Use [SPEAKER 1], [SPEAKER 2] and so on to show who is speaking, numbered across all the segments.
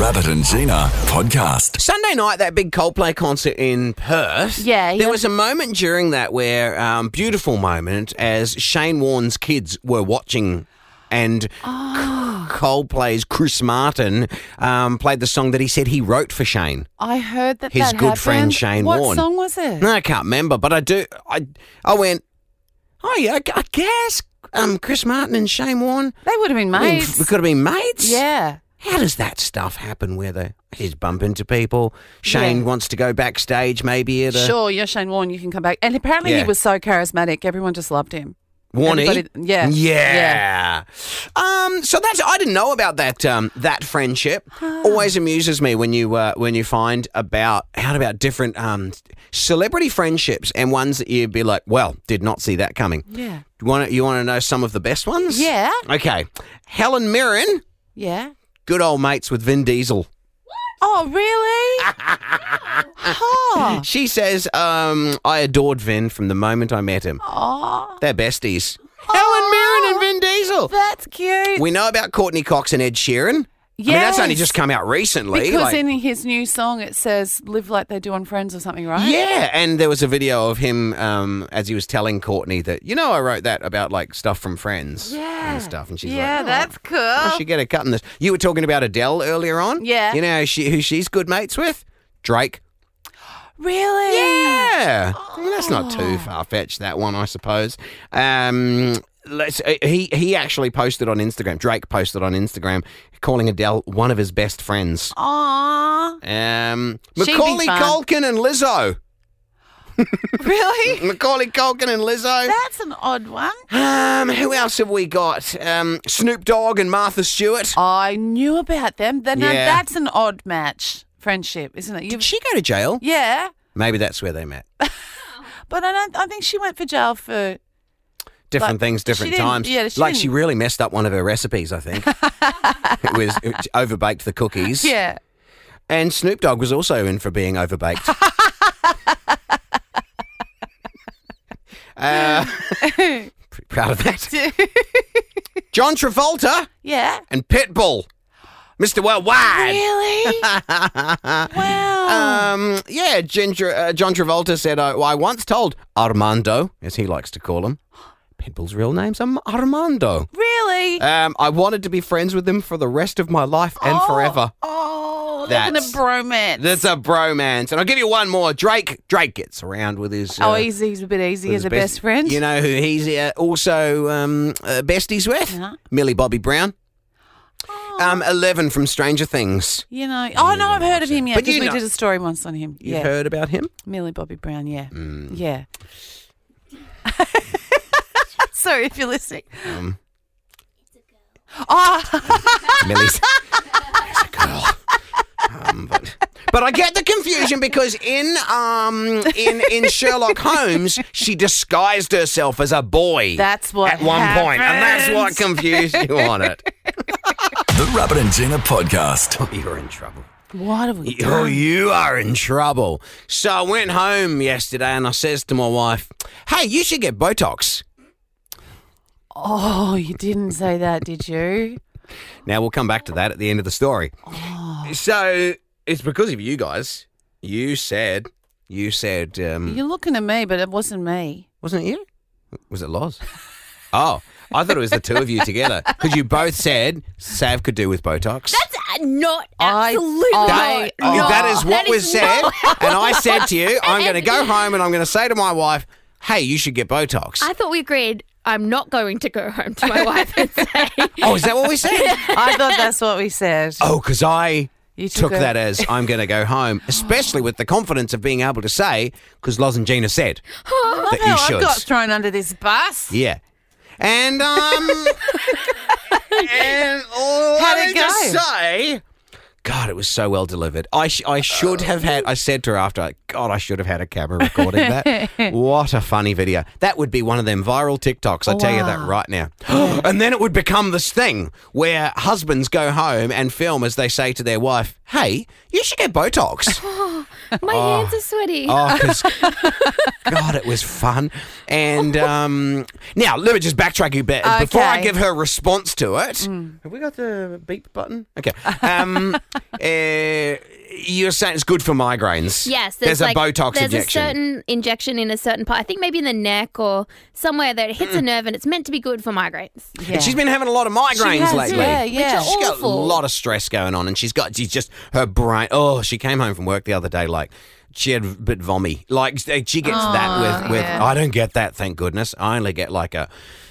[SPEAKER 1] Rabbit and Gina podcast.
[SPEAKER 2] Sunday night, that big Coldplay concert in Perth.
[SPEAKER 3] Yeah,
[SPEAKER 2] There
[SPEAKER 3] yeah.
[SPEAKER 2] was a moment during that where, um, beautiful moment, as Shane Warne's kids were watching and
[SPEAKER 3] Oh,
[SPEAKER 2] C- Coldplay's Chris Martin um, played the song that he said he wrote for Shane.
[SPEAKER 3] I heard that
[SPEAKER 2] His
[SPEAKER 3] that
[SPEAKER 2] good friend
[SPEAKER 3] happened.
[SPEAKER 2] Shane
[SPEAKER 3] what
[SPEAKER 2] Warne.
[SPEAKER 3] What song was it?
[SPEAKER 2] No, I can't remember, but I do. I, I went, oh, yeah, I, I guess um, Chris Martin and Shane Warne.
[SPEAKER 3] They would have been
[SPEAKER 2] I mean,
[SPEAKER 3] mates.
[SPEAKER 2] We could have been mates.
[SPEAKER 3] yeah.
[SPEAKER 2] How does that stuff happen? Where they he's bump into people. Shane
[SPEAKER 3] Yeah.
[SPEAKER 2] wants to go backstage, maybe at a
[SPEAKER 3] Sure, you're Shane Warne. You can come back. And apparently,
[SPEAKER 2] Yeah.
[SPEAKER 3] he was so charismatic. Everyone just loved him.
[SPEAKER 2] Warnie.
[SPEAKER 3] Everybody- yeah,
[SPEAKER 2] E? yeah, Um, so that's I didn't know about that um, that friendship. Always amuses me when you uh, when you find about out about different um, celebrity friendships and ones that you'd be like, well, did not see that coming.
[SPEAKER 3] Yeah.
[SPEAKER 2] You want to, you want to know some of the best ones?
[SPEAKER 3] Yeah.
[SPEAKER 2] Okay, Helen Mirren,
[SPEAKER 3] Yeah.
[SPEAKER 2] good old mates with Vin Diesel.
[SPEAKER 3] Oh, really? oh.
[SPEAKER 2] She says, um, I adored Vin from the moment I met him.
[SPEAKER 3] oh,
[SPEAKER 2] They're besties. Helen Mirren and Vin Diesel.
[SPEAKER 3] that's cute.
[SPEAKER 2] We know about Courtney Cox and Ed Sheeran. I mean, that's only
[SPEAKER 3] Yes.
[SPEAKER 2] just come out recently.
[SPEAKER 3] Because
[SPEAKER 2] like-
[SPEAKER 3] in his new song, it says "Live like they do on Friends" or something, right?
[SPEAKER 2] yeah, and there was a video of him um, as he was telling Courtney that, you know, I wrote that about like stuff from Friends
[SPEAKER 3] Yeah.
[SPEAKER 2] and stuff. And she's
[SPEAKER 3] yeah,
[SPEAKER 2] like, "Oh,
[SPEAKER 3] that's cool.
[SPEAKER 2] I should get a cut in this. You were talking about Adele earlier on.
[SPEAKER 3] Yeah.
[SPEAKER 2] You know who she, who she's good mates with? Drake.
[SPEAKER 3] Really?
[SPEAKER 2] Yeah, I mean, that's not
[SPEAKER 3] Oh.
[SPEAKER 2] too far fetched. That one, I suppose. Um, let's. uh, He he actually posted on Instagram. Drake posted on Instagram, calling Adele one of his best friends.
[SPEAKER 3] Aw.
[SPEAKER 2] Um,
[SPEAKER 3] She'd be
[SPEAKER 2] Macaulay
[SPEAKER 3] fun.
[SPEAKER 2] Culkin and Lizzo.
[SPEAKER 3] really?
[SPEAKER 2] Macaulay Culkin and Lizzo.
[SPEAKER 3] That's an odd one.
[SPEAKER 2] Um, who else have we got? Um, Snoop Dogg and Martha Stewart.
[SPEAKER 3] I knew about them. Then now
[SPEAKER 2] Yeah.
[SPEAKER 3] that's an odd match friendship, isn't it?
[SPEAKER 2] Did
[SPEAKER 3] You've,
[SPEAKER 2] she go to jail?
[SPEAKER 3] yeah,
[SPEAKER 2] Maybe that's where they met.
[SPEAKER 3] but I don't. I think she went for jail for.
[SPEAKER 2] Different
[SPEAKER 3] Like,
[SPEAKER 2] things,
[SPEAKER 3] she
[SPEAKER 2] different
[SPEAKER 3] didn't-
[SPEAKER 2] times.
[SPEAKER 3] yeah, she
[SPEAKER 2] like she
[SPEAKER 3] didn't-
[SPEAKER 2] really messed up one of her recipes. I think it was it overbaked the cookies.
[SPEAKER 3] Yeah.
[SPEAKER 2] And Snoop Dogg was also in for being overbaked. uh, pretty proud of that. John Travolta
[SPEAKER 3] yeah.
[SPEAKER 2] and Pitbull, Mr. Worldwide.
[SPEAKER 3] Really? wow.
[SPEAKER 2] Um, yeah, Ginger, uh, John Travolta said, I, well, I once told Armando, as he likes to call him, Pitbull's real name's Am- Armando.
[SPEAKER 3] really?
[SPEAKER 2] Um, I wanted to be friends with him for the rest of my life and
[SPEAKER 3] Oh,
[SPEAKER 2] forever.
[SPEAKER 3] Oh, look at the
[SPEAKER 2] That's-
[SPEAKER 3] bromance.
[SPEAKER 2] That's a bromance. And I'll give you one more. Drake Drake gets around with his.
[SPEAKER 3] oh,
[SPEAKER 2] uh,
[SPEAKER 3] he's, he's a bit easy
[SPEAKER 2] with
[SPEAKER 3] as
[SPEAKER 2] his
[SPEAKER 3] a best, friend.
[SPEAKER 2] You know who he's uh, also um, uh, besties with?
[SPEAKER 3] Yeah.
[SPEAKER 2] Millie Bobby Brown.
[SPEAKER 3] Oh,
[SPEAKER 2] Um, 11 from Stranger Things.
[SPEAKER 3] you know. Oh no, I've heard of him. Yeah,
[SPEAKER 2] But you
[SPEAKER 3] because we
[SPEAKER 2] know-
[SPEAKER 3] did a story once on him.
[SPEAKER 2] You've
[SPEAKER 3] yeah,
[SPEAKER 2] heard Mm. about him?
[SPEAKER 3] Millie Bobby Brown. Yeah, yeah. Sorry if you're listening.
[SPEAKER 2] Um,
[SPEAKER 3] Oh,
[SPEAKER 2] Millie's. Millie's a girl. Um, but, but I get the confusion because in um in in Sherlock Holmes she disguised herself as a boy
[SPEAKER 3] That's what
[SPEAKER 2] at one point, and that's what
[SPEAKER 3] happens.
[SPEAKER 2] confused you on it. Oh,
[SPEAKER 1] The Rabbit and Gina podcast.
[SPEAKER 2] You're in trouble.
[SPEAKER 3] what have we
[SPEAKER 2] Oh,
[SPEAKER 3] done?
[SPEAKER 2] you are in trouble. So I went home yesterday and I says to my wife, Hey, you should get Botox.
[SPEAKER 3] Oh, you didn't say that, did you?
[SPEAKER 2] Now we'll come back to that at the end of the story.
[SPEAKER 3] Oh.
[SPEAKER 2] So it's because of you guys. You said you said um
[SPEAKER 3] Mm. You're looking at me, but it wasn't me.
[SPEAKER 2] wasn't it you? Was it Loz? oh. I thought it was the two of you together. Because you both said Sav could do with Botox.
[SPEAKER 4] That's not
[SPEAKER 3] I-
[SPEAKER 4] absolutely
[SPEAKER 3] I-
[SPEAKER 4] not.
[SPEAKER 3] no.
[SPEAKER 2] that is what
[SPEAKER 4] That
[SPEAKER 2] was
[SPEAKER 4] is
[SPEAKER 2] said.
[SPEAKER 4] not-
[SPEAKER 2] and I said to you, I'm going to go home and I'm going to say to my wife, hey, you should get Botox.
[SPEAKER 4] I thought we agreed. I'm not going to go home to my wife and say.
[SPEAKER 2] oh, is that what we said?
[SPEAKER 3] I thought that's what we said.
[SPEAKER 2] Oh, because I
[SPEAKER 3] You
[SPEAKER 2] took
[SPEAKER 3] took a-
[SPEAKER 2] that as I'm going to go home, especially with the confidence of being able to say, because Loz and Gina said Oh, that you
[SPEAKER 3] I
[SPEAKER 2] should.
[SPEAKER 3] got thrown under this bus.
[SPEAKER 2] Yeah. And, um, and all
[SPEAKER 3] How'd
[SPEAKER 2] I
[SPEAKER 3] it
[SPEAKER 2] need to
[SPEAKER 3] go?
[SPEAKER 2] say, God, it was so well delivered. I, sh- I should have had, I said to her after, God, I should have had a camera recording that. what a funny video. That would be one of them viral TikToks. I tell you that
[SPEAKER 3] Wow.
[SPEAKER 2] right now. and then it would become this thing where husbands go home and film as they say to their wife, hey, you should get Botox.
[SPEAKER 4] My hands are sweaty.
[SPEAKER 2] Oh, 'cause- God, it was fun. And um, now let me just backtrack you bit before I
[SPEAKER 3] Okay. Mm.
[SPEAKER 2] give her a response to it. Have we got the beep button? Okay. Um, uh, you're saying it's good for migraines.
[SPEAKER 4] Yes,
[SPEAKER 2] There's,
[SPEAKER 4] like,
[SPEAKER 2] a Botox
[SPEAKER 4] there's
[SPEAKER 2] injection.
[SPEAKER 4] a certain injection in a certain part. I think maybe in the neck or somewhere that it hits
[SPEAKER 2] Mm.
[SPEAKER 4] a nerve, and it's meant to be good for migraines.
[SPEAKER 3] Yeah.
[SPEAKER 2] And she's been having a lot of migraines
[SPEAKER 3] has,
[SPEAKER 2] lately.
[SPEAKER 3] yeah, yeah.
[SPEAKER 2] She's got a
[SPEAKER 4] Awful.
[SPEAKER 2] lot of stress going on, and she's got she's just her brain. Oh, she came home from work the other day like. She had a bit vommy. Like she gets that with, with
[SPEAKER 3] yeah.
[SPEAKER 2] I don't get that, thank goodness. I only get like a,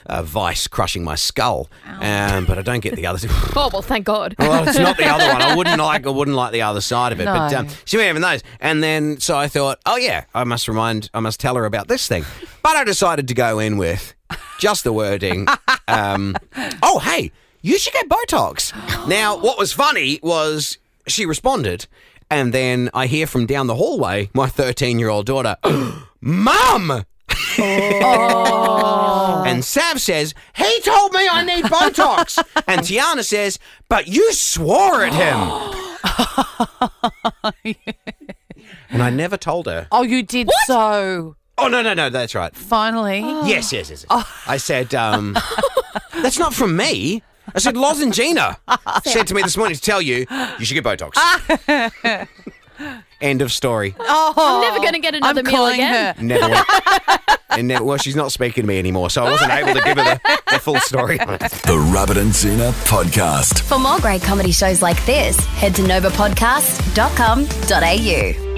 [SPEAKER 2] a vice crushing my skull, um, but I don't get the other.
[SPEAKER 4] Oh well, thank God.
[SPEAKER 2] Well, it's not the other one. I wouldn't like. I wouldn't like the other side of it. But
[SPEAKER 3] No.
[SPEAKER 2] um, she was having those, and then so I thought, oh yeah, I must remind, I must tell her about this thing. But I decided to go in with just the wording. Um, oh hey, you should get Botox. now, what was funny was she responded, and then I hear from down the hallway my thirteen-year-old daughter, "Mum." And Sav says, He told me I need Botox. and Tiana says, But you swore at him. and I never told her.
[SPEAKER 3] Oh, you did so.
[SPEAKER 2] Oh, no, no, no, that's right.
[SPEAKER 3] Finally.
[SPEAKER 2] Yes, yes, yes. yes. I said, um, That's not from me. I said, Lozengina said to me this morning to tell you, you should get Botox. End of story.
[SPEAKER 3] Oh,
[SPEAKER 4] I'm never going to get another
[SPEAKER 3] I'm
[SPEAKER 4] meal
[SPEAKER 3] calling
[SPEAKER 4] again.
[SPEAKER 3] her.
[SPEAKER 2] Never. and never, well, she's not speaking to me anymore, so I wasn't able to give her the, the full story on it.
[SPEAKER 1] The Rabbit and Zena podcast.
[SPEAKER 5] For more great comedy shows like this, head to novapodcast.com.au.